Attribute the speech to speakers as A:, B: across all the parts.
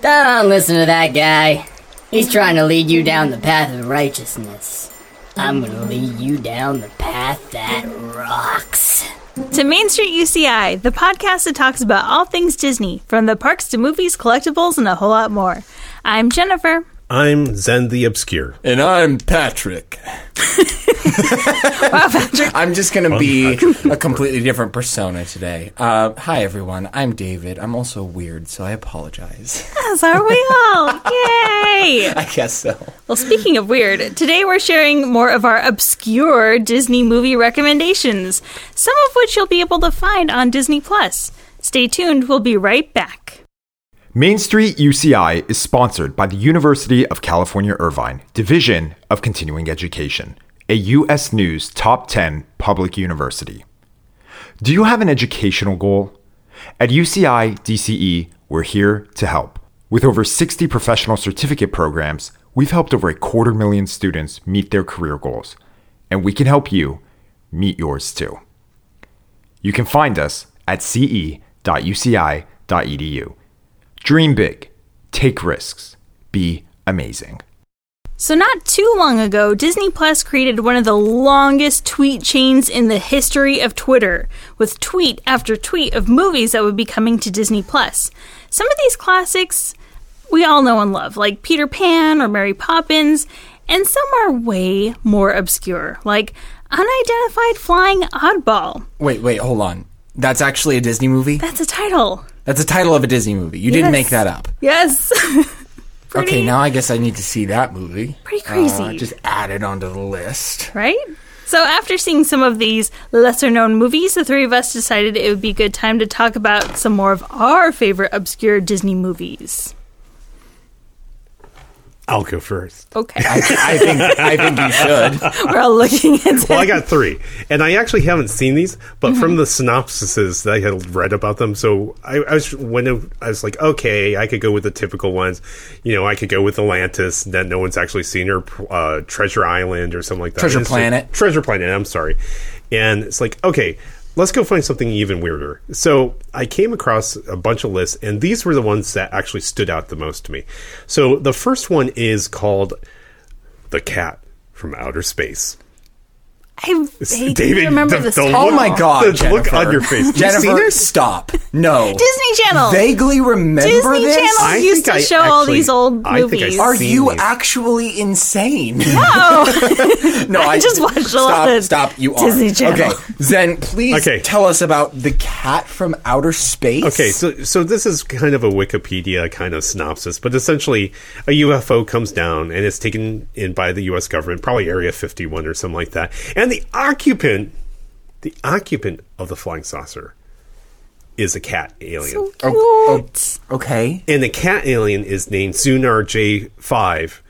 A: Don't listen to that guy. He's trying to lead you down the path of righteousness. I'm gonna lead you down the path that rocks.
B: To Main Street UCI, the podcast that talks about all things Disney, from the parks to movies, collectibles, and a whole lot more. I'm Jennifer.
C: I'm Zen the Obscure.
D: And I'm Patrick.
B: Wow, Patrick.
D: I'm just going to be a completely different persona today. Uh, hi, everyone. I'm David. I'm also weird, so I apologize.
B: As are we all. Yay!
D: I guess so.
B: Well, speaking of weird, today we're sharing more of our obscure Disney movie recommendations, some of which you'll be able to find on Disney Plus. Stay tuned, we'll be right back.
E: Main Street UCI is sponsored by the University of California Irvine, Division of Continuing Education, a U.S. News Top 10 public university. Do you have an educational goal? At UCI DCE, E, we're here to help. With over 60 professional certificate programs, we've helped over a quarter million students meet their career goals, and we can help you meet yours too. You can find us at E ce.uci.edu. Dream big, take risks, be amazing.
B: So, not too long ago, Disney Plus created one of the longest tweet chains in the history of Twitter, with tweet after tweet of movies that would be coming to Disney Plus. Some of these classics we all know and love, like Peter Pan or Mary Poppins, and some are way more obscure, like Unidentified Flying Oddball.
D: Wait, wait, hold on. That's actually a Disney movie?
B: That's a title.
D: That's the title of a Disney movie. You didn't make that up.
B: Yes. pretty,
D: Okay, now I guess I need to see that movie.
B: pretty crazy.
D: Uh, just add it onto the list.
B: right? So, after seeing some of these lesser known movies, the three of us decided it would be a good time to talk about some more of our favorite obscure Disney movies.
C: I'll go first.
B: Okay.
D: I, I think I think you should.
B: We're all looking at
C: Well, I got three, and I actually haven't seen these, but
D: Mm-hmm.
C: from the synopsises that I had read about them, so I, I was when it, I was like, okay, I could go with the typical ones. You know, I could go with Atlantis that no one's actually seen, or uh, Treasure Island, or something like that.
D: Treasure
C: It's like-
D: Planet.
C: Treasure Planet. I'm sorry, and it's like, okay, let's go find something even weirder. So I came across a bunch of lists, and these were the ones that actually stood out the most to me. So the first one is called "The Cat from Outer Space."
B: I vaguely
C: David,
B: remember
C: the-
B: this.
C: the
B: title.
D: Oh my god,
C: The look
D: Jennifer.
C: on your face. You've
D: Jennifer,
C: seen this?
D: stop. No.
B: Disney Channel.
D: Vaguely remember
B: Disney
D: this?
B: Channel
C: I
B: used to
C: think I
B: show all
C: actually-
B: these old
C: I think I
B: movies.
C: saw
D: Are
C: seen
D: you
C: these.
D: actually insane?
B: oh,
D: No,
B: I just watched a
D: stop,
B: lot of
D: Stop, you are.
B: Disney Channel.
D: Okay, Zen, please
C: Okay.
D: tell us about the cat from outer space.
C: Okay, so so this is kind of a Wikipedia kind of synopsis, but essentially a UFO comes down and it's taken in by the US government, probably Area 51 or something like that. And the occupant the occupant of the flying saucer is a cat alien. oh,
B: cute.
D: okay.
C: and the cat alien is named Zunar J5,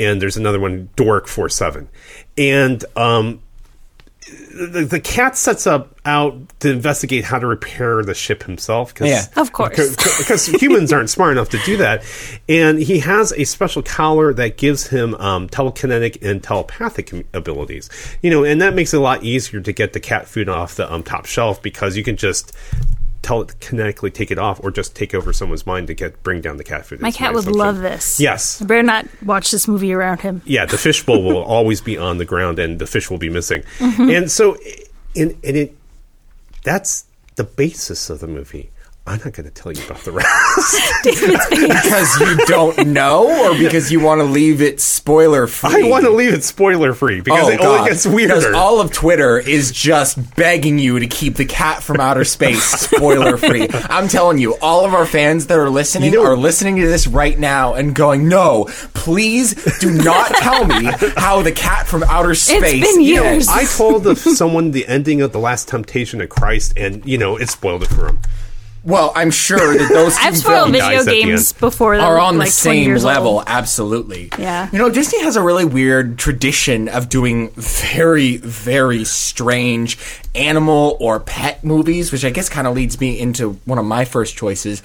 C: and there's another one, Dork 47. And um, the, the cat sets up out to investigate how to repair the ship himself. Cause,
D: Yeah.
B: Of course.
C: Because humans aren't smart enough to do that. And he has a special collar that gives him um, telekinetic and telepathic am- abilities. You know, and that makes it a lot easier to get the cat food off the um, top shelf because you can just telekinetically take it off or just take over someone's mind to get bring down the cat food.
B: My
C: That's
B: cat would
C: assumption.
B: love this.
C: Yes
B: I better not watch this movie around him.
C: yeah, the fishbowl will always be on the ground and the fish will be missing.
B: Mm-hmm.
C: And so, and, and it, that's the basis of the movie. I'm not going to tell you about the rest.
D: Because you don't know, or because you want to leave it spoiler
C: I
D: free.
C: want to leave it spoiler free because
D: Oh,
C: it
D: God.
C: only gets
D: Because
C: weirder.
D: all of Twitter is just begging you to keep the cat from outer space spoiler free. I'm telling you, all of our fans that are listening are listening to this right now and going, no, please do not tell me how the cat from outer space.
B: been years.
D: ends."
C: I told the, someone the ending of The Last Temptation of Christ, and, you know, it spoiled it for him.
D: Well, I'm sure that those two
B: I've spoiled
C: He dies
D: films
B: video
C: at the
B: games
C: end.
B: before. that
D: are
B: were
D: on
B: like
D: the
B: 20
D: same
B: years
D: level.
B: old.
D: Absolutely.
B: Yeah.
D: You know, Disney has a really weird tradition of doing very, very strange animal or pet movies, which I guess kind of leads me into one of my first choices.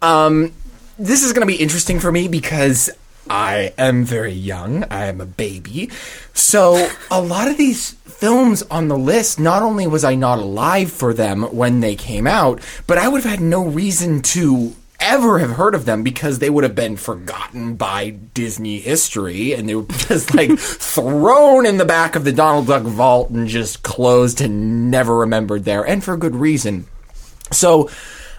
D: Um, this is going to be interesting for me because. I am very young. I am a baby. So, a lot of these films on the list, not only was I not alive for them when they came out, but I would have had no reason to ever have heard of them because they would have been forgotten by Disney history and they were just like thrown in the back of the Donald Duck vault and just closed and never remembered there, and for good reason. So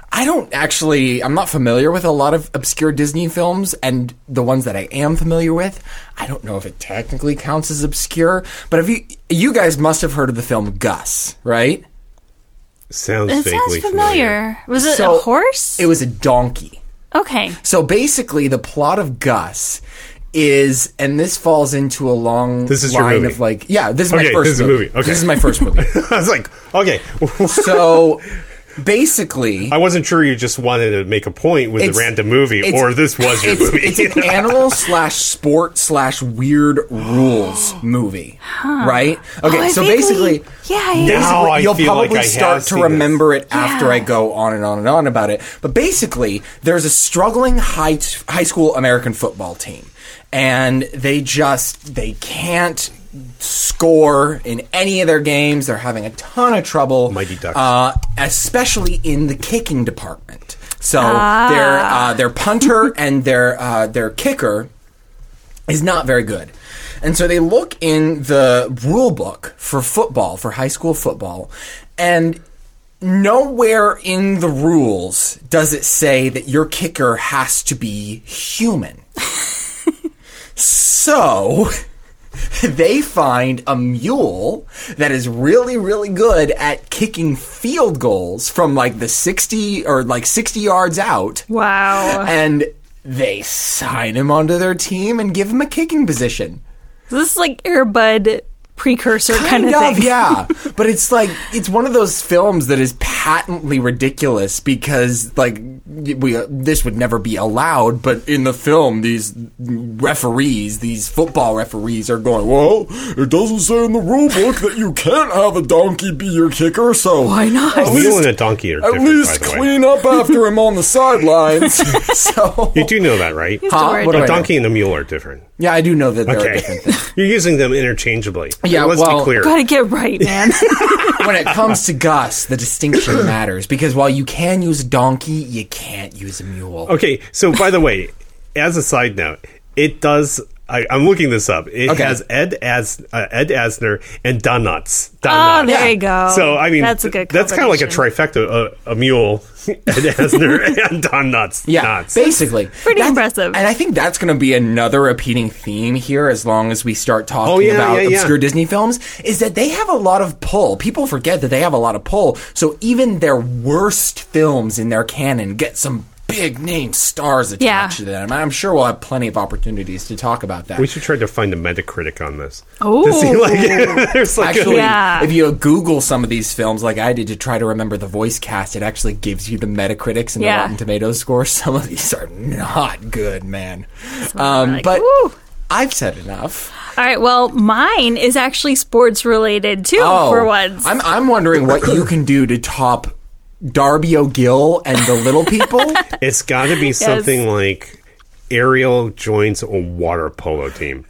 D: I don't actually, I'm not familiar with a lot of obscure Disney films, and the ones that I am familiar with, I don't know if it technically counts as obscure, but if you, you guys must have heard of the film Gus, right?
C: Sounds
B: It sounds
C: vaguely
B: familiar. Was it
D: So,
B: a horse?
D: It was a donkey.
B: okay.
D: So basically, the plot of Gus is, and this falls into a long
C: This is your
D: line
C: movie.
D: of like, yeah, this is my
C: Okay,
D: first
C: this is a movie. Okay.
D: This is my first movie.
C: I was like, okay,
D: so basically,
C: I wasn't sure you just wanted to make a point with a
D: It's-
C: random movie,
D: it's-
C: or this was your
D: it's,
C: movie.
D: It's an animal slash sport slash weird rules movie, right? Okay,
B: Oh, I
D: so
B: vaguely-
D: basically,
B: yeah, yeah.
C: Now
D: basically,
C: I
D: you'll
C: feel like
D: probably
C: I have
D: start to
C: seen this.
D: remember it after
B: Yeah.
D: I go on and on and on about it. But basically, there's a struggling high high school American football team, and they just they can't score in any of their games. They're having a ton of trouble.
C: Mighty Ducks.
D: Uh, especially in the kicking department. So their uh, their punter and their uh, their kicker is not very good. And so they look in the rule book for football, for high school football, and nowhere in the rules does it say that your kicker has to be human. so they find a mule that is really, really good at kicking field goals from like the 60 or like 60 yards out
B: Wow.
D: and they sign him onto their team and give him a kicking position.
B: This is like Airbud precursor kind,
D: Kind,
B: of,
D: of,
B: thing.
D: yeah. But it's like it's one of those films that is patently ridiculous because like we uh, this would never be allowed. But in the film, these referees, these football referees, are going, "Well, it doesn't say in the rule book that you can't have a donkey be your kicker, so why
B: not?
D: At
C: a mule and
D: least,
C: a donkey are
D: at
C: different,
D: least
C: by the way.
D: clean up after him on the sidelines." so
C: You do know that, right?
B: Huh?
D: Huh?
B: Storage.
D: What do I
C: A
D: know?
C: donkey and a mule are different.
D: Yeah, I do know that they're
C: Okay,
D: different. things.
C: you're using them interchangeably.
D: Yeah,
C: let's be
D: well-
C: clear.
B: Gotta get right, man.
D: When it comes to Gus, the distinction matters because while you can use a donkey, you can't use a mule.
B: Oh,
C: Okay, so by the way, as a side note, it does. I, I'm looking this up. It
D: Okay.
C: has Ed As uh, Ed Asner and Donuts.
B: oh,
C: Donuts.
B: there
D: Yeah.
B: you go.
C: So I mean,
B: that's a good.
C: That's kind of like a
B: combination.
C: trifecta: uh, a mule, Ed Asner, and Don Nuts.
D: Yeah,
C: Nuts.
D: basically.
B: Pretty impressive.
D: And I think that's going to be another repeating theme here as long as we start talking
C: Oh, yeah,
D: about
C: yeah, yeah.
D: obscure Disney films is that they have a lot of pull. People forget that they have a lot of pull. So even their worst films in their canon get some big name stars attached
B: Yeah.
D: to them. And I'm sure we'll have plenty of opportunities to talk about that.
C: we should try to find a Metacritic on this.
B: Oh.
C: to see, like, there's like
D: Actually,
C: a,
B: Yeah.
D: if you Google some of these films, like I did, to try to remember the voice cast, it actually gives you the Metacritics and
B: Yeah.
D: the Rotten Tomatoes score. Some of these are not good, man. Um,
B: like,
D: but
B: "Woo."
D: I've said enough.
B: All right. Well, mine is actually sports related too, for once.
D: Oh, I'm I'm wondering what you can do to top Darby O'Gill and the Little People.
C: it's got to be something like Ariel joins a water polo team.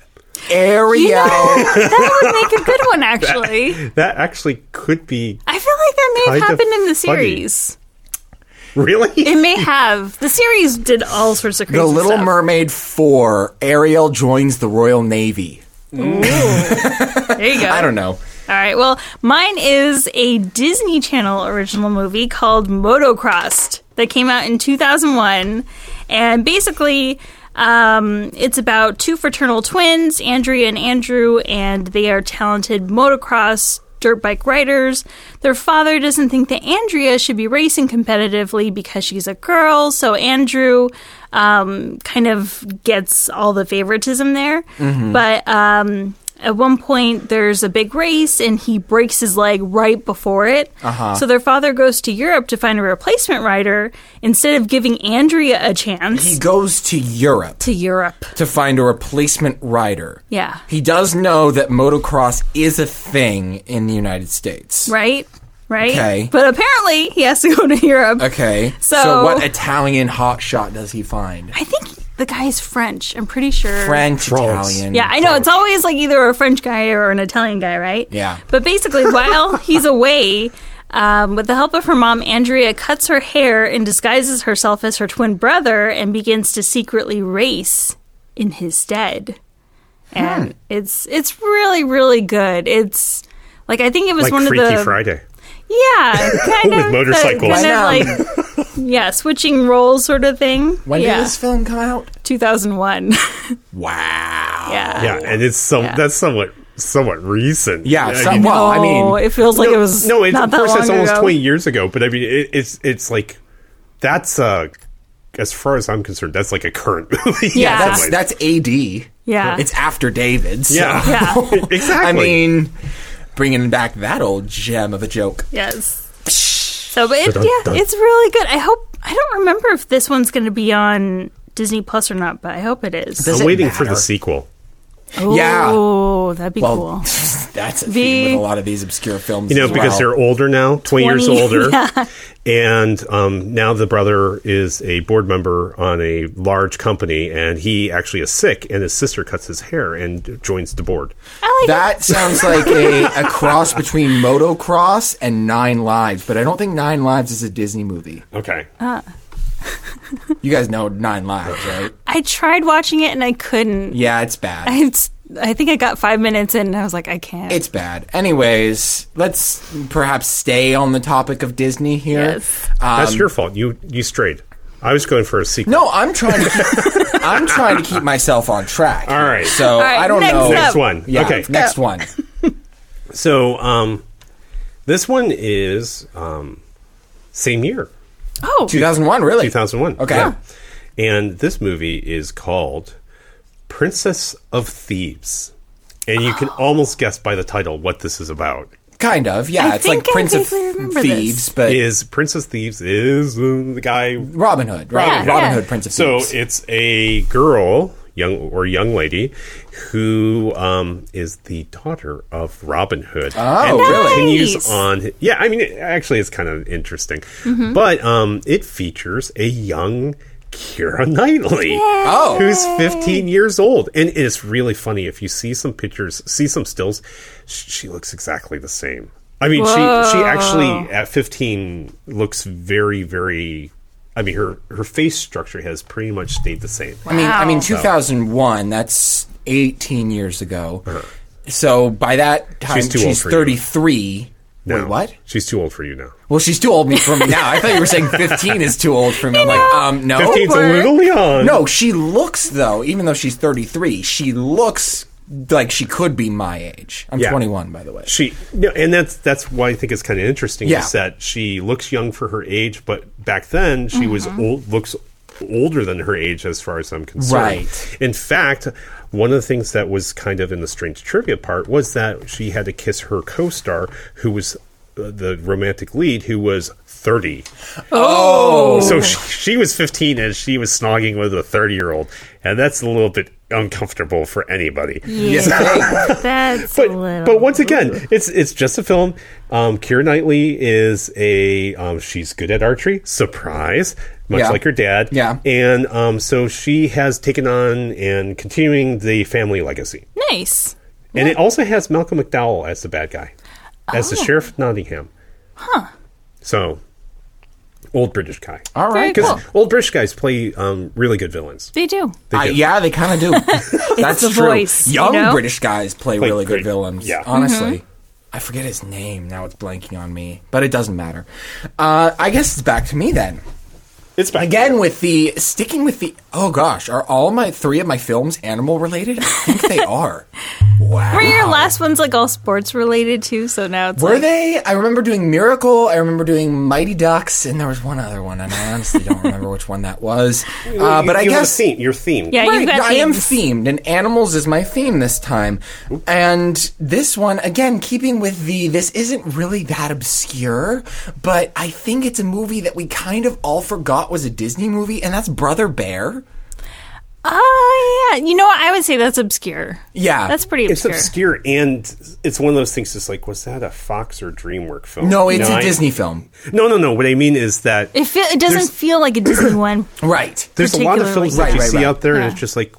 D: Ariel.
B: that would make a good one, actually.
C: That actually could be
B: I feel like that may have
C: Kind of
B: happened in the
C: funny.
B: series.
C: really.
B: It may have. The series did all sorts of crazy
D: The Little
B: stuff.
D: Mermaid 4, Ariel joins the Royal Navy.
B: There you go.
D: I don't know.
B: All right. Well, mine is a Disney Channel original movie called Motocrossed that came out in 2001. And basically, um, it's about two fraternal twins, Andrea and Andrew, and they are talented motocross dirt bike riders. Their father doesn't think that Andrea should be racing competitively because she's a girl, so Andrew um, kind of gets all the favoritism there. But um, at one point, there's a big race, and he breaks his leg right before it.
D: Uh-huh.
B: So their father goes to Europe to find a replacement rider instead of giving Andrea a chance.
D: He goes to Europe.
B: to Europe.
D: to find a replacement rider.
B: Yeah.
D: He does know that motocross is a thing in the United States.
B: Right? Right?
D: Okay.
B: But apparently, he has to go to Europe.
D: Okay.
B: So-
D: what Italian hotshot does he find?
B: I think the guy is French. I'm pretty sure.
D: French, Italian.
B: Yeah, I know. It's always like either a French guy or an Italian guy, right?
D: Yeah.
B: But basically, while he's away, Um, with the help of her mom, Andrea cuts her hair and disguises herself as her twin brother and begins to secretly race in his stead.
D: Hmm.
B: And it's it's really really good. It's like I think it was
C: like
B: one
C: Freaky
B: of the
C: Friday.
B: yeah kind
C: With
B: of
C: motorcycles.
B: kind
D: Wow.
B: of like yeah switching roles sort of thing.
D: When
B: yeah,
D: did this film come out?
B: 2001.
D: Wow.
B: yeah.
C: Yeah, and it's some
B: Yeah.
C: that's somewhat somewhat recent.
D: Yeah,
C: I
D: some-
C: mean,
D: well, I mean,
B: Oh, it feels like
C: no,
B: it was
C: no, it's,
B: not
C: of
B: that
C: course
B: long
C: that's almost
B: ago.
C: twenty years ago. But I mean, it, it's it's like that's uh as far as I'm concerned, that's like a current movie. in
B: Yeah.
C: some
D: That's
C: ways.
D: that's AD.
B: Yeah.
D: It's after David's.
C: yeah,
D: Oh,
B: Yeah.
C: exactly.
D: I mean, bringing back that old gem of a joke.
B: Yes. So, but it,
C: Dun,
B: yeah,
C: dun.
B: it's really good. I hope. I don't remember if this one's going to be on Disney Plus or not, but I hope it is.
D: Does
C: I'm
D: it
C: waiting for
D: matter?
C: the sequel.
D: Yeah.
B: Oh, that'd be
D: Well,
B: cool.
D: that's a
B: The-
D: theme with a lot of these obscure films.
C: You know,
D: as
C: because
D: well.
C: they're older now, 20, years
B: 20,
C: older. And um, now the brother is a board member on a large company, and he actually is sick, and his sister cuts his hair and joins the board.
B: I like
D: That sounds like a, a cross between motocross and Nine Lives, but I don't think Nine Lives is a Disney movie.
C: Okay.
D: You guys know Nine Lives, right?
B: I tried watching it and I couldn't.
D: Yeah, it's bad.
B: It's. I think I got five minutes in and I was like, I can't.
D: It's bad. Anyways, let's perhaps stay on the topic of Disney here.
B: Yes.
C: That's your fault. You you strayed. I was going for a sequel.
D: Um, No, I'm trying to keep, I'm trying to keep myself on track.
C: All right.
D: So
B: right,
D: I don't
B: next
D: know.
B: up.
C: Next one.
D: Yeah,
C: okay.
D: Next one.
C: So um, this one is um, same year,
B: oh,
D: 2001, really?
C: 2001.
D: Okay.
C: Yeah. And this movie is called Princess of Thieves. And you can almost guess by the title what this is about.
D: Kind of. Yeah,
B: I
D: it's like
B: think I
D: Prince of
B: vaguely remember
D: Thieves,
B: this.
D: but
C: Is Princess Thieves is uh, the guy
D: Robin Hood, right?
B: Yeah,
D: Robin
B: yeah.
D: Hood, Prince of
C: So
D: Thieves.
C: it's a girl, young or young lady, who um, is the daughter of Robin Hood.
D: Oh,
C: and
D: really?
C: Continues
B: Nice.
C: on. Yeah, I mean, it, actually, it's kind of interesting, but um, it features a young. Kira Knightley,
D: Oh.
C: who's 15 years old, and it's really funny if you see some pictures, see some stills. sh- She looks exactly the same. I mean, she she actually at 15 looks very very I mean her her face structure has pretty much stayed the same.
D: I mean, I mean, 2001. That's 18 years ago. So by that time,
C: Uh-huh. She's
D: she's,
C: too old for you.
D: 33.
C: Now,
D: Wait, what?
C: She's too old for you now.
D: Well, she's too old for me now. I thought you were saying 15 is too old for me. I'm like, um, no.
C: 15's a
B: Awkward.
C: little young.
D: No, she looks though. Even though she's 33, she looks like she could be my age. I'm
C: Yeah.
D: 21, by the way.
C: She no, and that's that's why I think it's kind of interesting
D: Yeah.
C: is that she looks young for her age, but back then she was
D: Mm-hmm.
C: old looks older than her age as far as I'm concerned.
D: Right.
C: In fact, one of the things that was kind of in the strange trivia part was that she had to kiss her co-star who was uh, the romantic lead who was 30. Oh. So she, she was 15 and she was snogging with a 30-year-old and that's a little bit uncomfortable for anybody
D: Yes, hey,
B: that's
C: but
B: a little.
C: but once again, it's it's just a film. Um, Keira Knightley is a um, she's good at archery. Surprise, much
D: Yeah.
C: like her dad.
D: Yeah.
C: and um, so she has taken on and continuing the family legacy.
B: nice.
C: And it also has Malcolm McDowell as the bad guy, as the
B: Oh.
C: sheriff of Nottingham. Huh. So, old British guy.
D: all right.
B: Very
C: Because
B: cool.
C: old British guys play um, really good villains.
B: They do.
D: Uh,
C: do.
D: yeah, they kind of do. That's
B: the
D: true.
B: voice, you
D: Young
B: know? Mm-hmm.
D: British guys play, really
C: great-
D: good villains.
C: yeah.
D: honestly. I forget his name now. It's blanking on me, but it doesn't matter. Uh, I guess it's back to me then.
C: It's back
D: Again, with the sticking with the oh gosh, are all my three of my films animal related? I think they are. Wow.
B: Were your last ones like all sports related too? So now it's
D: Were
B: like,
D: they? I remember doing Miracle. I remember doing Mighty Ducks, and there was one other one, and I honestly don't remember which one that was. Uh, but
C: you
D: I
C: have a
D: guess
C: theme. You're themed.
B: Yeah,
D: Right,
B: you've got
D: I am
B: themes.
D: themed, and animals is my theme this time. And this one, again, keeping with the this isn't really that obscure, but I think it's a movie that we kind of all forgot was a Disney movie, and that's Brother Bear.
B: Oh yeah. You know what? I would say that's obscure.
D: Yeah.
B: That's pretty
C: It's
B: obscure.
C: obscure, and it's one of those things. That's like, was that a Fox or DreamWorks film?
D: No, it's
C: No,
D: a
C: I-
D: Disney film.
C: No, no, no. What I mean is that
B: It, feel, it doesn't
C: There's-
B: feel like a Disney one.
D: Right.
C: there's a lot of films that
D: Right,
C: you
D: right,
C: see
D: right.
C: out there, and it's just like,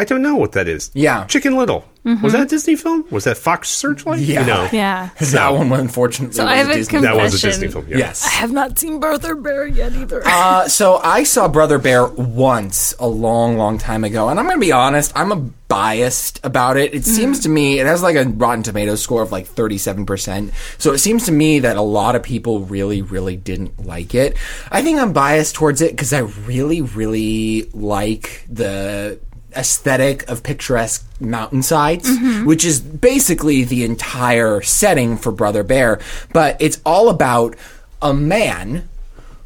C: I don't know what that is.
D: Yeah.
C: Chicken Little. Was that a Disney film? Was that Fox Searchlight?
D: Yeah.
C: No.
B: Mm-hmm. Yeah.
D: that one, unfortunately,
B: So
D: was
B: I have
D: a
B: a
D: Disney.
B: com-
C: That was a
B: Confession.
C: Disney film. Yeah.
B: I
D: yes.
B: have not seen Brother Bear yet either.
D: Uh, so I saw Brother Bear once a long, long time ago, and I'm gonna be honest, I'm a biased about it. It seems to me it has like a Rotten Tomatoes score of like 37 percent. So it seems to me that a lot of people really, really didn't like it. I think I'm biased towards it because I really, really like the aesthetic of picturesque mountainsides, which is basically the entire setting for Brother Bear. But it's all about a man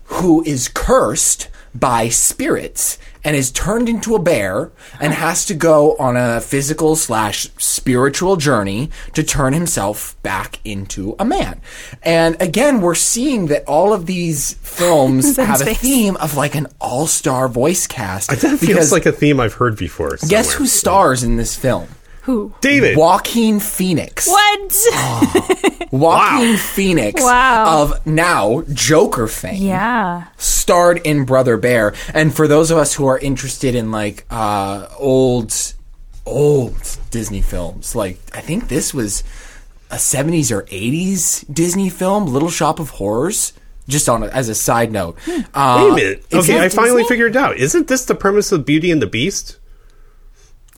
D: who is cursed by spirits and is turned into a bear and has to go on a physical slash spiritual journey to turn himself back into a man. And again, we're seeing that all of these films have a
B: face.
D: theme of like an all star voice cast.
C: That feels like a theme I've heard before. Somewhere.
D: guess who stars in this film?
B: Who?
C: David.
D: Joaquin Phoenix.
B: What?
D: Joaquin Phoenix
B: Wow.
D: of now Joker fame.
B: yeah.
D: starred in Brother Bear. And for those of us who are interested in like uh, old, old Disney films, like I think this was a 70s or 80s Disney film, Little Shop of Horrors. Just on a, as a side note, uh,
C: Hmm. Wait a minute.
D: it's
C: Okay,
D: not
C: I finally
D: Disney?
C: figured it out. Isn't this the premise of Beauty and the Beast?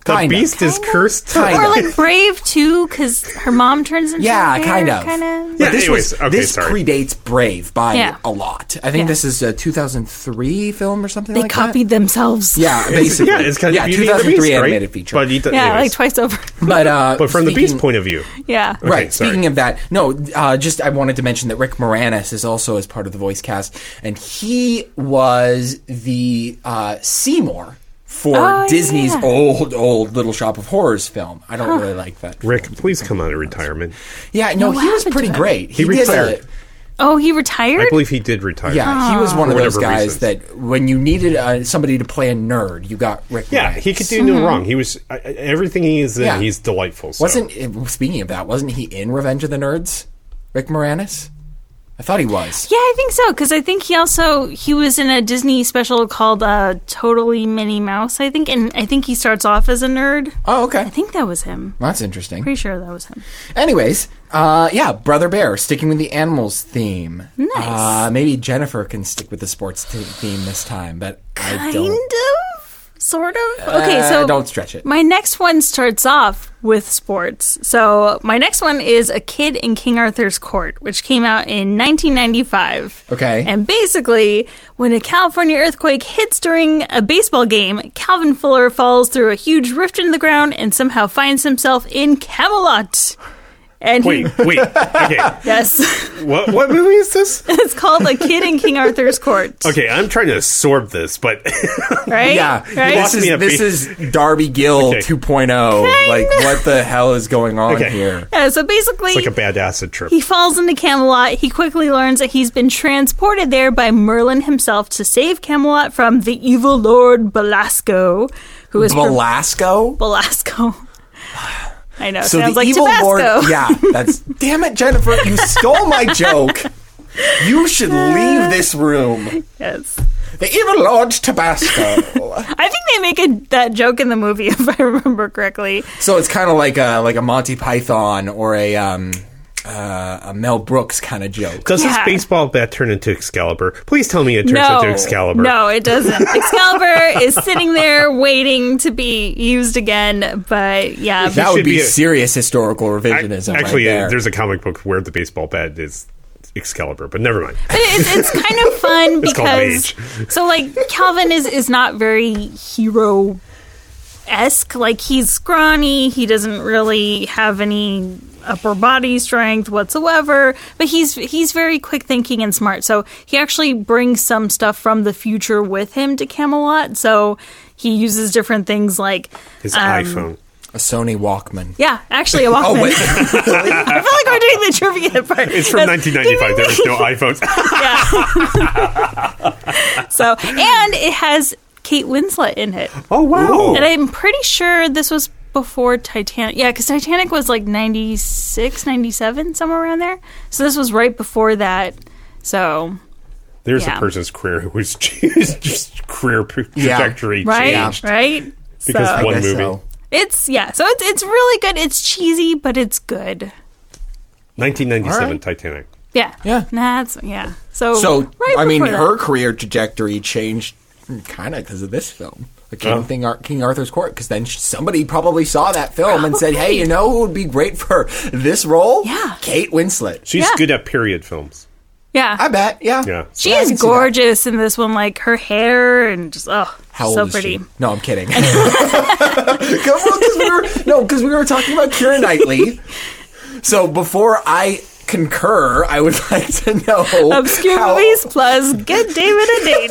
C: The
D: Kinda.
C: Beast is cursed.
D: Kinda.
B: Or like Brave too, because her mom turns into
D: Yeah,
B: a bear,
D: kind of.
B: Kind of.
C: Yeah,
D: But this
C: anyways,
D: was,
C: okay,
D: this
C: sorry.
D: predates Brave by
B: Yeah.
D: a lot. I think
B: Yeah.
D: this is a 2003 film or something
B: They
D: like
B: copied themselves.
D: that. Yeah, basically.
C: yeah, it's kind of
D: yeah,
C: Beauty and the
D: 2003
C: Beast, right?
D: animated feature.
C: But, he d-
B: Yeah, like
C: anyways.
B: twice over.
D: but, uh,
C: but from the
D: speaking-
C: Beast point of view,
B: yeah.
D: Right.
C: sorry.
D: Speaking of that, no, uh, just I wanted to mention that Rick Moranis is also as part of the voice cast, and he was the uh, Seymour for
B: Oh,
D: Disney's
B: yeah.
D: old, old Little Shop of Horrors film. I don't really like that.
C: Rick, please come out of retirement.
D: Yeah, no,
B: what
D: he was
B: happened
D: pretty
B: to him?
D: great.
C: He
D: did a-
C: retired.
B: Oh, he retired.
C: I believe he did retire.
B: Oh.
D: yeah, he was one of
C: For
D: those
C: whatever
D: guys
C: reasons.
D: that when you needed uh, somebody to play a nerd, you got Rick.
C: Yeah,
D: Moranis.
C: he could do no wrong. He was I, I- everything he is in.
D: Yeah.
C: He's delightful. So.
D: Wasn't eh, speaking of that? Wasn't he in Revenge of the Nerds? Rick Moranis. I thought he was.
B: Yeah, I think so because I think he also he was in a Disney special called uh, "Totally Minnie Mouse," I think, and I think he starts off as a nerd.
D: Oh, okay.
B: I think that was him.
D: That's interesting.
B: Pretty sure that was him.
D: Anyways, uh, yeah, Brother Bear, sticking with the animals theme. Nice. Uh, maybe Jennifer can stick with the sports th- theme this time, but I don't.
B: Kind of, sort of. Okay,
D: Uh,
B: so
D: don't stretch it.
B: My next one starts off with sports. So my next one is A Kid in King Arthur's Court, which came out in 1995.
D: Okay.
B: And basically, when a California earthquake hits during a baseball game, Calvin Fuller falls through a huge rift in the ground and somehow finds himself in Camelot. And he,
C: Wait, wait. Okay,
B: yes,
C: what what movie is this?
B: it's called A Kid in King Arthur's Court.
C: Okay, I'm trying to absorb this, but
B: Right?
D: Yeah,
B: Right?
D: this
C: lost me
D: is
C: at
D: this is Darby Gill
C: Okay.
D: 2.0. Like, what the hell is going on
C: Okay.
D: here?
B: Yeah, so basically,
C: like a bad acid trip.
B: He falls into Camelot. He quickly learns that he's been transported there by Merlin himself to save Camelot from the evil Lord Belasco, who is pro-
D: Belasco.
B: Belasco. I know.
D: So
B: sounds
D: the
B: like
D: evil
B: Tabasco.
D: lord. Yeah, that's. damn it, Jennifer, you stole my joke. You should leave this room.
B: Yes.
D: The evil lord Tabasco.
B: I think they make a, that joke in the movie, if I remember correctly.
D: So it's kind of like a like a Monty Python or a um, uh, a Mel Brooks kind of joke.
C: Does
B: Yeah.
C: this baseball bat turn into Excalibur? Please tell me it turns
B: no,
C: into Excalibur.
B: no, it doesn't. Excalibur is sitting there waiting to be used again, but yeah,
D: That would
C: should
D: be,
C: be a-
D: serious historical
C: I-
D: revisionism. right
C: actually,
D: there.
C: there's a comic book where the baseball bat is Excalibur, but never mind.
B: But it's, it's kind of fun
C: It's called
B: because so like Calvin is is not very hero esque. Like he's scrawny. He doesn't really have any upper body strength whatsoever. But he's he's very quick thinking and smart. So he actually brings some stuff from the future with him to Camelot. So he uses different things like
C: His
B: um,
C: iPhone.
D: a Sony Walkman.
B: Yeah, actually a Walkman.
D: Oh wait,
B: I feel like we're doing the trivia part.
C: It's from 1995. There was no iPhones.
B: Yeah. so, and it has Kate Winslet in it.
C: oh wow!
B: And I'm pretty sure this was before Titanic. Yeah, because Titanic was like 96, 97, somewhere around there. So this was right before that. So,
C: There's
B: yeah.
C: a person's career whose just career trajectory
D: Yeah.
C: changed
B: right?
D: Yeah.
B: Right?
C: because
B: so,
C: one
D: guess
C: movie.
D: so.
B: It's yeah, so it's it's really good. It's cheesy, but it's good.
C: 1997
D: All right.
C: Titanic.
B: Yeah.
D: Yeah.
B: Nah, that's yeah. So
D: So
B: right
D: I mean,
B: before that-
D: her career trajectory changed kind of because of this film, the King,
C: Oh.
D: thing, Ar- King Arthur's Court. Because then sh- somebody probably saw that film and said, "Hey, you know who would be great for this role?
B: Yeah.
D: Kate Winslet.
C: She's
B: Yeah.
C: good at period films.
B: Yeah.
D: I bet. Yeah,
C: Yeah.
B: she
D: I can
B: is
D: see that.
B: gorgeous in this one, like her hair and just oh
D: How old
B: so
D: is
B: pretty.
D: she? No, I'm kidding. 'Cause- well, 'cause we were, no, because we were talking about Kira Knightley. So before I concur, I would like to know
B: Obscure
D: how-
B: movies plus get David a date.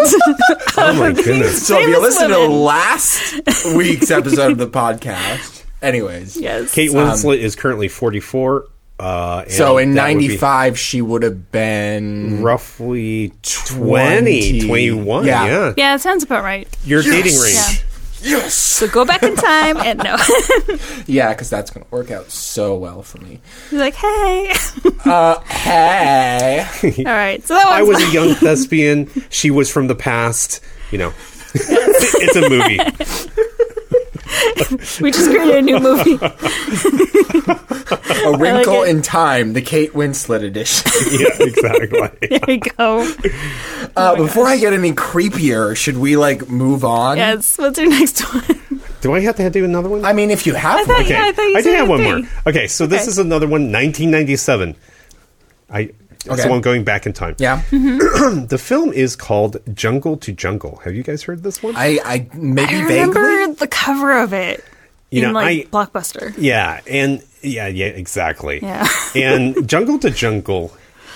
C: Oh my goodness.
D: So if you
B: famous
D: listen to
B: women.
D: last week's episode of the podcast, anyways,
B: yes.
C: Kate Winslet is currently 44. Uh, and
D: So in
C: that would be
D: '95, she would have been.
C: roughly 20,
D: 20.
C: 21.
D: Yeah.
C: Yeah.
B: Yeah, it sounds about right.
C: Your dating range.
D: Yes.
B: So go back in time and no.
D: Yeah, because that's gonna work out so well for me. Uh,
B: He's like, hey.
D: Hey.
B: All right. So that
C: I
B: one's
C: was a young thespian. She was from the past. You know, it's a movie.
B: we just created a new movie.
D: A Wrinkle
B: it.
D: in Time, the Kate Winslet edition.
C: Yeah, exactly.
B: There you go.
D: Uh, before I get any creepier, should we like move on?
B: Yes. What's your next one?
C: Do I have to do another one?
D: I mean, if you have
B: thought
D: one.
B: you- Yeah, I thought
C: I
B: said
C: did have one
B: three.
C: more. Okay, so this
B: Okay.
C: is another one, 1997. I. That's
D: Okay.
C: the one going back in time.
D: Yeah,
B: Mm-hmm.
C: The film is called Jungle to Jungle. Have you guys heard this one?
D: I, I maybe
B: I
D: vaguely.
B: remember the cover of it.
C: You
B: in
C: know,
B: like
C: I-
B: Blockbuster.
C: Yeah, and yeah, yeah, exactly.
B: Yeah.
C: and Jungle to Jungle.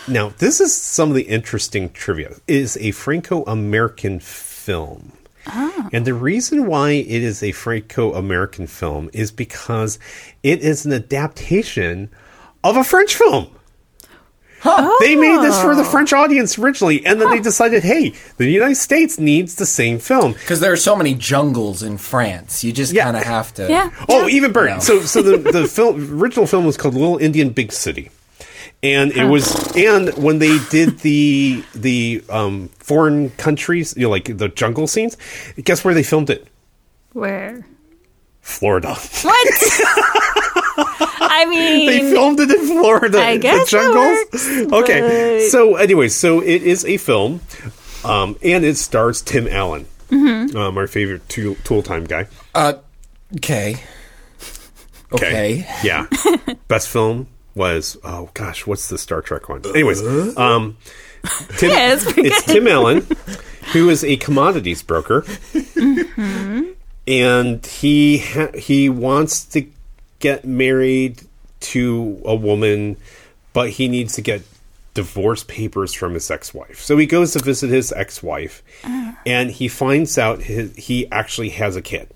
C: Now, this is some of the interesting trivia. It is a Franco-American film. And the reason why it is a Franco-American film is because it is an adaptation of a French film. They made this for the French audience originally, and then they decided, hey, the United States needs the same film.
D: Because there are so many jungles in France, you just
C: Yeah.
D: kind of have to.
B: Yeah.
C: Oh, even Bird.
D: No.
C: So, so the the film original film was called Little Indian Big City, and it was and when they did the the um, foreign countries, you know, like the jungle scenes, guess where they filmed it?
B: Where?
C: Florida.
B: What? I
C: They
B: mean,
C: filmed it in Florida.
B: I guess
C: the
B: that
C: jungles.
B: works,
C: okay.
B: but-
C: So, anyway, so it is a film, um, and it stars Tim Allen,
B: Mm-hmm.
C: um, our favorite tool, tool time guy.
D: Uh, okay. Okay.
C: Yeah. Best film was oh gosh, what's the Star Trek one? Anyways, um, Tim,
B: Yeah, it's pretty
C: it's Tim Allen, who is a commodities broker,
B: Mm-hmm.
C: and he ha- he wants to get married to a woman, but he needs to get divorce papers from his ex-wife. So he goes to visit his ex-wife,
B: Uh.
C: and he finds out his, he actually has a kid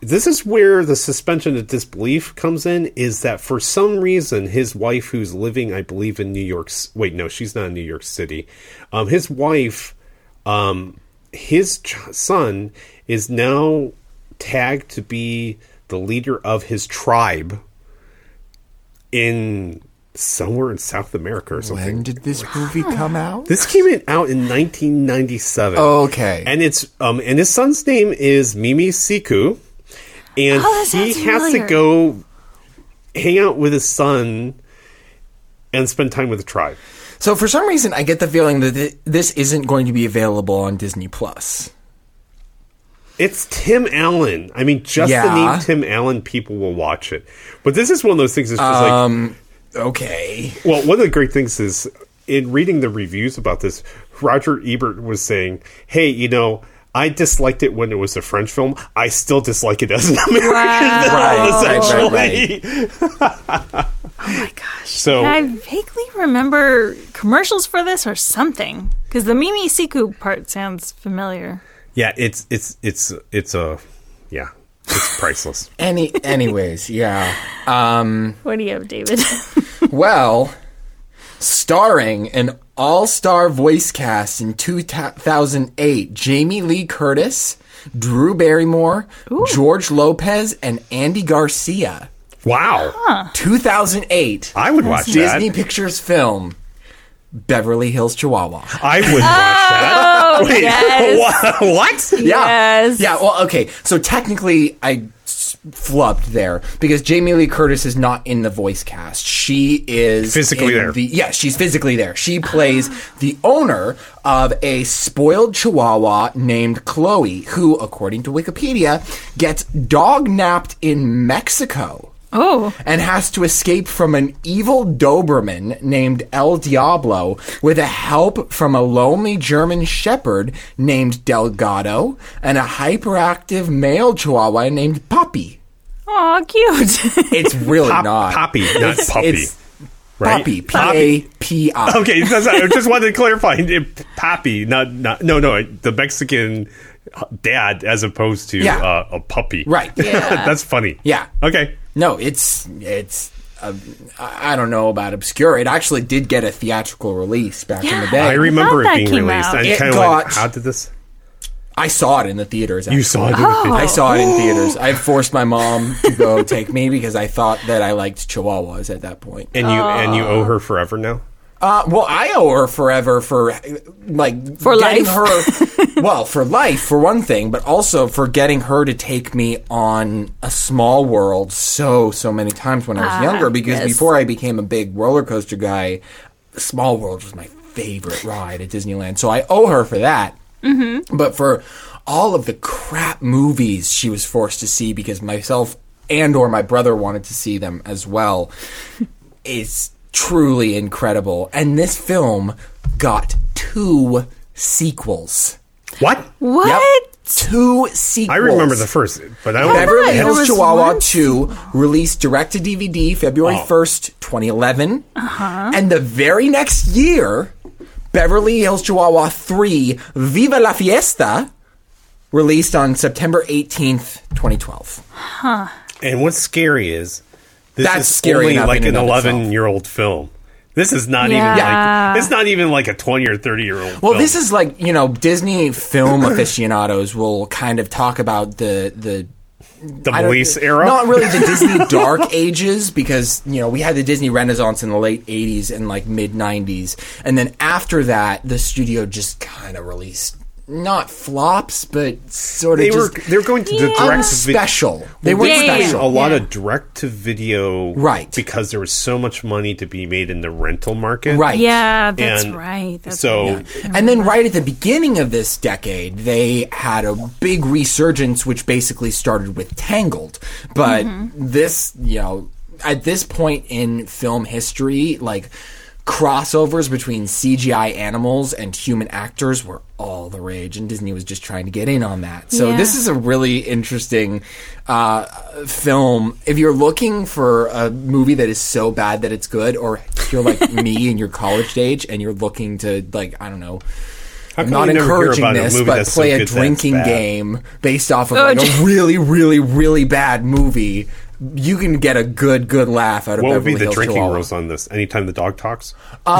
C: this is where the suspension of disbelief comes in is that for some reason his wife who's living i believe in new york C- wait no she's not in new york city um, his wife um, his ch- son is now tagged to be the leader of his tribe in somewhere in south america or something
D: When did this movie come out?
C: this came in, out in 1997.
D: Oh, Okay.
C: And it's um and his son's name is Mimi Siku, and
B: Oh, that
C: he
B: sounds
C: has
B: familiar.
C: to go hang out with his son and spend time with the tribe.
D: So for some reason, I get the feeling that thi- this isn't going to be available on Disney Plus.
C: It's Tim Allen. I mean, just
D: Yeah.
C: the name Tim Allen, people will watch it. But this is one of those things that's just like
D: Okay.
C: Well, one of the great things is in reading the reviews about this, Roger Ebert was saying, "Hey, you know, I disliked it when it was a French film. I still dislike it as an American
D: Right,
C: film,
D: right,
C: essentially."
D: right,
B: oh my gosh.
C: So-
B: I vaguely remember commercials for this or something because the Mimi Siku part sounds familiar.
C: Yeah, it's it's it's it's a yeah, it's priceless.
D: Any, anyways, yeah. Um,
B: What do you have, David?
D: well, starring an all-star voice cast in 2008, Jamie Lee Curtis, Drew Barrymore, George Lopez, and Andy Garcia.
C: Wow,
D: 2008.
C: I would watch
D: Disney
C: that.
D: Pictures film, Beverly Hills Chihuahua.
C: I would watch that. Wait,
B: Oh, yes.
C: wha- what?
D: Yeah.
B: Yes.
D: Yeah. Well, okay. So technically, I s- flubbed there because Jamie Lee Curtis is not in the voice cast. She is
C: Physically
D: in
C: there.
D: The, yeah, she's physically there. She plays the owner of a spoiled Chihuahua named Chloe, who, according to Wikipedia, gets dog napped in Mexico
B: Oh.
D: and has to escape from an evil Doberman named El Diablo with a help from a lonely German shepherd named Delgado and a hyperactive male chihuahua named Puppy.
B: Aw, cute.
D: It's really
C: Pop-
D: not.
C: Poppy, not puppy.
D: It's
C: right?
D: Poppy. P
C: Poppy.
D: A P I. Oh.
C: Okay, that's, I just wanted to clarify. It- Poppy, not, not no no the Mexican dad as opposed to
D: Yeah.
C: uh, a puppy.
D: Right.
B: Yeah.
C: that's funny.
D: Yeah.
C: Okay.
D: No, it's it's. Uh, I I don't know about obscure. It actually did get a theatrical release back in the
B: Yeah.
D: day.
C: I remember
B: that
C: it being
B: came
C: released.
B: out.
C: I
D: It
C: kind of
D: got-
C: like, how did this?
D: I saw it in the theaters.
C: You
D: actually.
C: saw it.
B: Oh.
D: I saw it in theaters. I forced my mom to go take me because I thought that I liked chihuahuas at that point.
C: and you and you owe her forever now.
D: Uh, well, I owe her forever for like
B: For
D: getting
B: life?
D: her. well, for life for one thing, but also for getting her to take me on a small world so so many times when I was younger. Because
B: Ah, yes.
D: before I became a big roller coaster guy, small world was my favorite ride at Disneyland. So I owe her for that. Mm-hmm. But for all of the crap movies she was forced to see because myself and or my brother wanted to see them as well is truly incredible. And this film got two sequels.
C: What?
B: what?
D: Two sequels.
C: I remember the first, but I don't.
D: Beverly
B: There
D: Hills
B: was
D: Chihuahua
B: one
D: 2 released direct to DVD February
C: Oh.
D: 1st, 2011. Uh-huh. And the very next year, Beverly Hills Chihuahua 3 Viva la Fiesta released on September 18th, 2012.
C: And what's scary is this
D: That's
C: is
D: scary
C: only
D: enough
C: like an
D: in and of itself.
C: eleven-year-old film. This is not
B: Yeah.
C: even like it's not even like a twenty or thirty-year-old.
D: Well, this is like you know Disney film aficionados will kind of talk about the the
C: the
D: I don't-
C: police era.
D: Not really the Disney Dark Ages because you know we had the Disney Renaissance in the late '80s and like mid '90s, and then after that, the studio just kind of released not flops, but sort of
C: They were
D: just
C: they were going to the direct to vi-
D: special. They were
C: They were doing A
D: special.
C: lot
B: Yeah.
C: of direct to video,
D: Right.
C: Because there was so much money to be made in the rental market,
D: Right.
B: Yeah, that's
C: And
B: right. That's
C: so
B: right.
D: And then right at the beginning of this decade, they had a big resurgence, which basically started with Tangled. But this, you know, at this point in film history, like crossovers between CGI animals and human actors were all the rage, and Disney was just trying to get in on that. So
B: Yeah.
D: this is a really interesting uh, film. If you're looking for a movie that is so bad that it's good, or if you're like me and you're college age and you're looking to like I don't know.
C: How
D: I'm
C: come
D: not
C: we never hear
D: encouraging
C: about a
D: this,
C: movie
D: but
C: that's so
D: play a
C: good that it's
D: drinking
C: bad?
D: game based off of
B: Oh,
D: like
B: just-
D: a really, really, really bad movie. You can get a good, good laugh out of
C: What would
D: Beverly
C: be the
D: Hills
C: drinking
D: Chihuahua.
C: rules on this? Anytime the dog talks,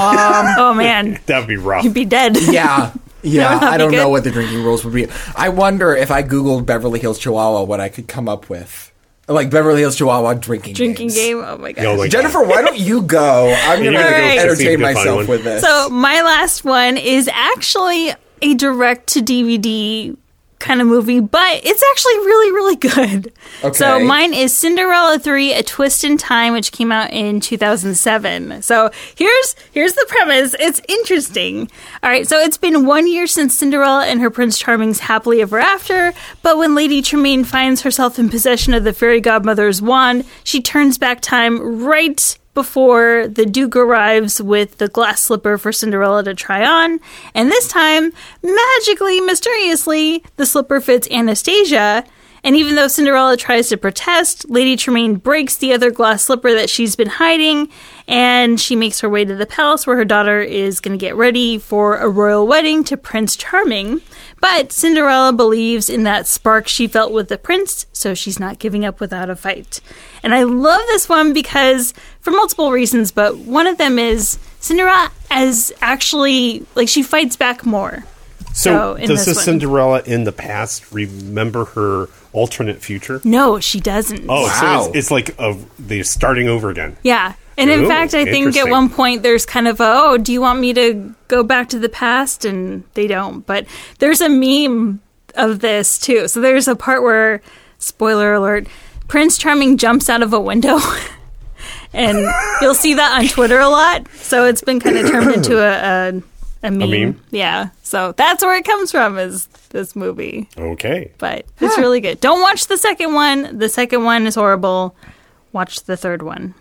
B: Oh man,
C: that would be rough.
B: you'd be dead.
D: Yeah. Yeah,
B: that'd
D: I
B: be
D: don't know
B: good.
D: what the drinking rules would be. I wonder if I googled Beverly Hills Chihuahua, what I could come up with, like Beverly Hills Chihuahua drinking
B: Drinking
D: games.
B: game. Oh my god.
C: Oh my God.
D: Jennifer, why don't you go? I'm
C: You're
D: gonna,
B: gonna go see if
C: you
D: entertain
C: can find
D: myself
C: one.
D: with this.
B: So my last one is actually a direct to DVD kind of movie, but it's actually really, really good. So
D: Okay.
B: mine is Cinderella 3, A Twist in Time, which came out in 2007. So here's here's the premise. It's interesting. All right, so it's been one year since Cinderella and her Prince Charming's happily ever after, but when Lady Tremaine finds herself in possession of the fairy godmother's wand, she turns back time right before the Duke arrives with the glass slipper for Cinderella to try on. And this time, magically, mysteriously, the slipper fits Anastasia. And even though Cinderella tries to protest, Lady Tremaine breaks the other glass slipper that she's been hiding, and she makes her way to the palace where her daughter is going to get ready for a royal wedding to Prince Charming. But Cinderella believes in that spark she felt with the prince, so she's not giving up without a fight. And I love this one because, for multiple reasons, but one of them is Cinderella is actually like she fights back more. So,
C: So,
B: Oh, in
C: does
B: this
C: this
B: one-
C: Cinderella in the past remember her alternate future?
B: No, she doesn't.
C: Oh,
D: Wow.
C: so it's, it's like a, the starting over again.
B: Yeah. And in
C: Ooh,
B: fact, I think at
C: interesting.
B: one point there's kind of a, oh, do you want me to go back to the past? And they don't. But there's a meme of this too. So there's a part where, spoiler alert, Prince Charming jumps out of a window. And you'll see that on Twitter a lot. So it's been kind of turned into a, a, a, meme.
C: meme?
B: Yeah. So that's where it comes from is this movie.
C: Okay.
B: But it's really good. Don't watch the second one. The second one is horrible. Watch the third one.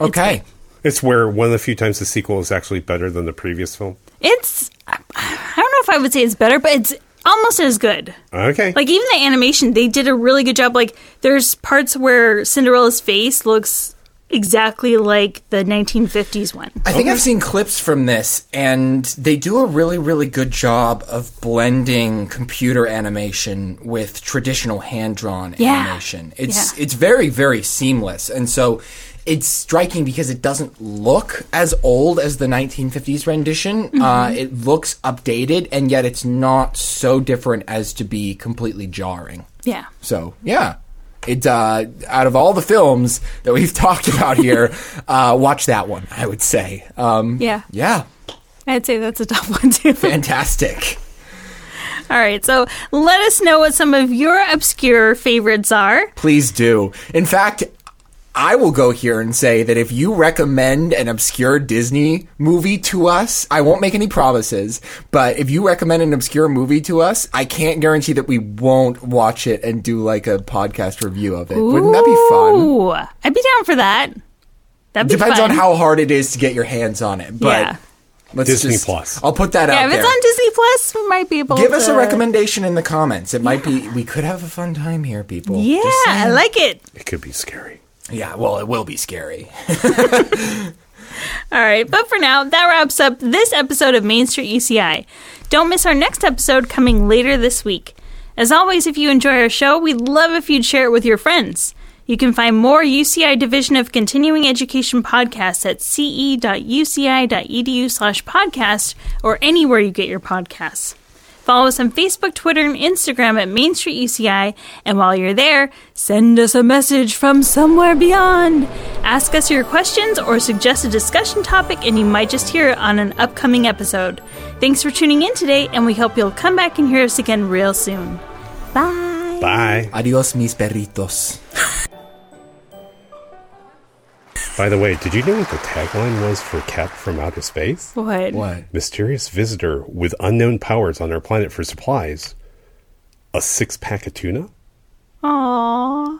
D: Okay.
C: It's where one of the few times the sequel is actually better than the previous film.
B: It's I don't know if I would say it's better, but it's almost as good.
C: Okay.
B: Like even the animation, they did a really good job. Like there's parts where Cinderella's face looks exactly like the 1950s one.
D: I think I've seen clips from this, and they do a really, really good job of blending computer animation with traditional hand-drawn
B: Yeah.
D: animation. It's
B: Yeah.
D: it's very, very seamless, and so it's striking because it doesn't look as old as the 1950s rendition.
B: Mm-hmm.
D: Uh, it looks updated, and yet it's not so different as to be completely jarring.
B: Yeah.
D: So yeah, it uh, out of all the films that we've talked about here, uh, watch that one. I would say. Um,
B: Yeah.
D: yeah,
B: I'd say that's a top one too.
D: fantastic.
B: All right. So let us know what some of your obscure favorites are.
D: Please do. In fact. I will go here and say that if you recommend an obscure Disney movie to us, I won't make any promises, but if you recommend an obscure movie to us, I can't guarantee that we won't watch it and do like a podcast review of it. Wouldn't that be fun?
B: Ooh, I'd be down for that. That'd be
D: Depends
B: fun.
D: on how hard it is to get your hands on it. But
B: Yeah.
D: let's
C: Disney
D: just-
C: Plus.
D: I'll put that
B: Yeah,
D: out
B: if
D: there.
B: it's on Disney Plus, we might be able to
D: Give us a recommendation in the comments. It might be we could have a fun time here, people.
B: Yeah,
D: Just saying.
B: I like it.
C: it could be scary.
D: yeah. Well, it will be scary.
B: All right, but for now, that wraps up this episode of Main Street UCI. Don't miss our next episode coming later this week. As always, if you enjoy our show, we'd love if you'd share it with your friends. You can find more UCI Division of Continuing Education podcasts at ce.uci.edu e slash podcast or anywhere you get your podcasts. Follow us on Facebook, Twitter, and Instagram at Main Street UCI. And while you're there, send us a message from somewhere beyond. Ask us your questions or suggest a discussion topic, and you might just hear it on an upcoming episode. Thanks for tuning in today, and we hope you'll come back and hear us again real soon. Bye.
C: Bye.
D: Adios, mis perritos.
C: By the way, did you know what the tagline was for Cap from Outer Space?
B: What?
D: What?
C: Mysterious visitor with unknown powers on our planet for supplies. A six pack of tuna?
B: Aww.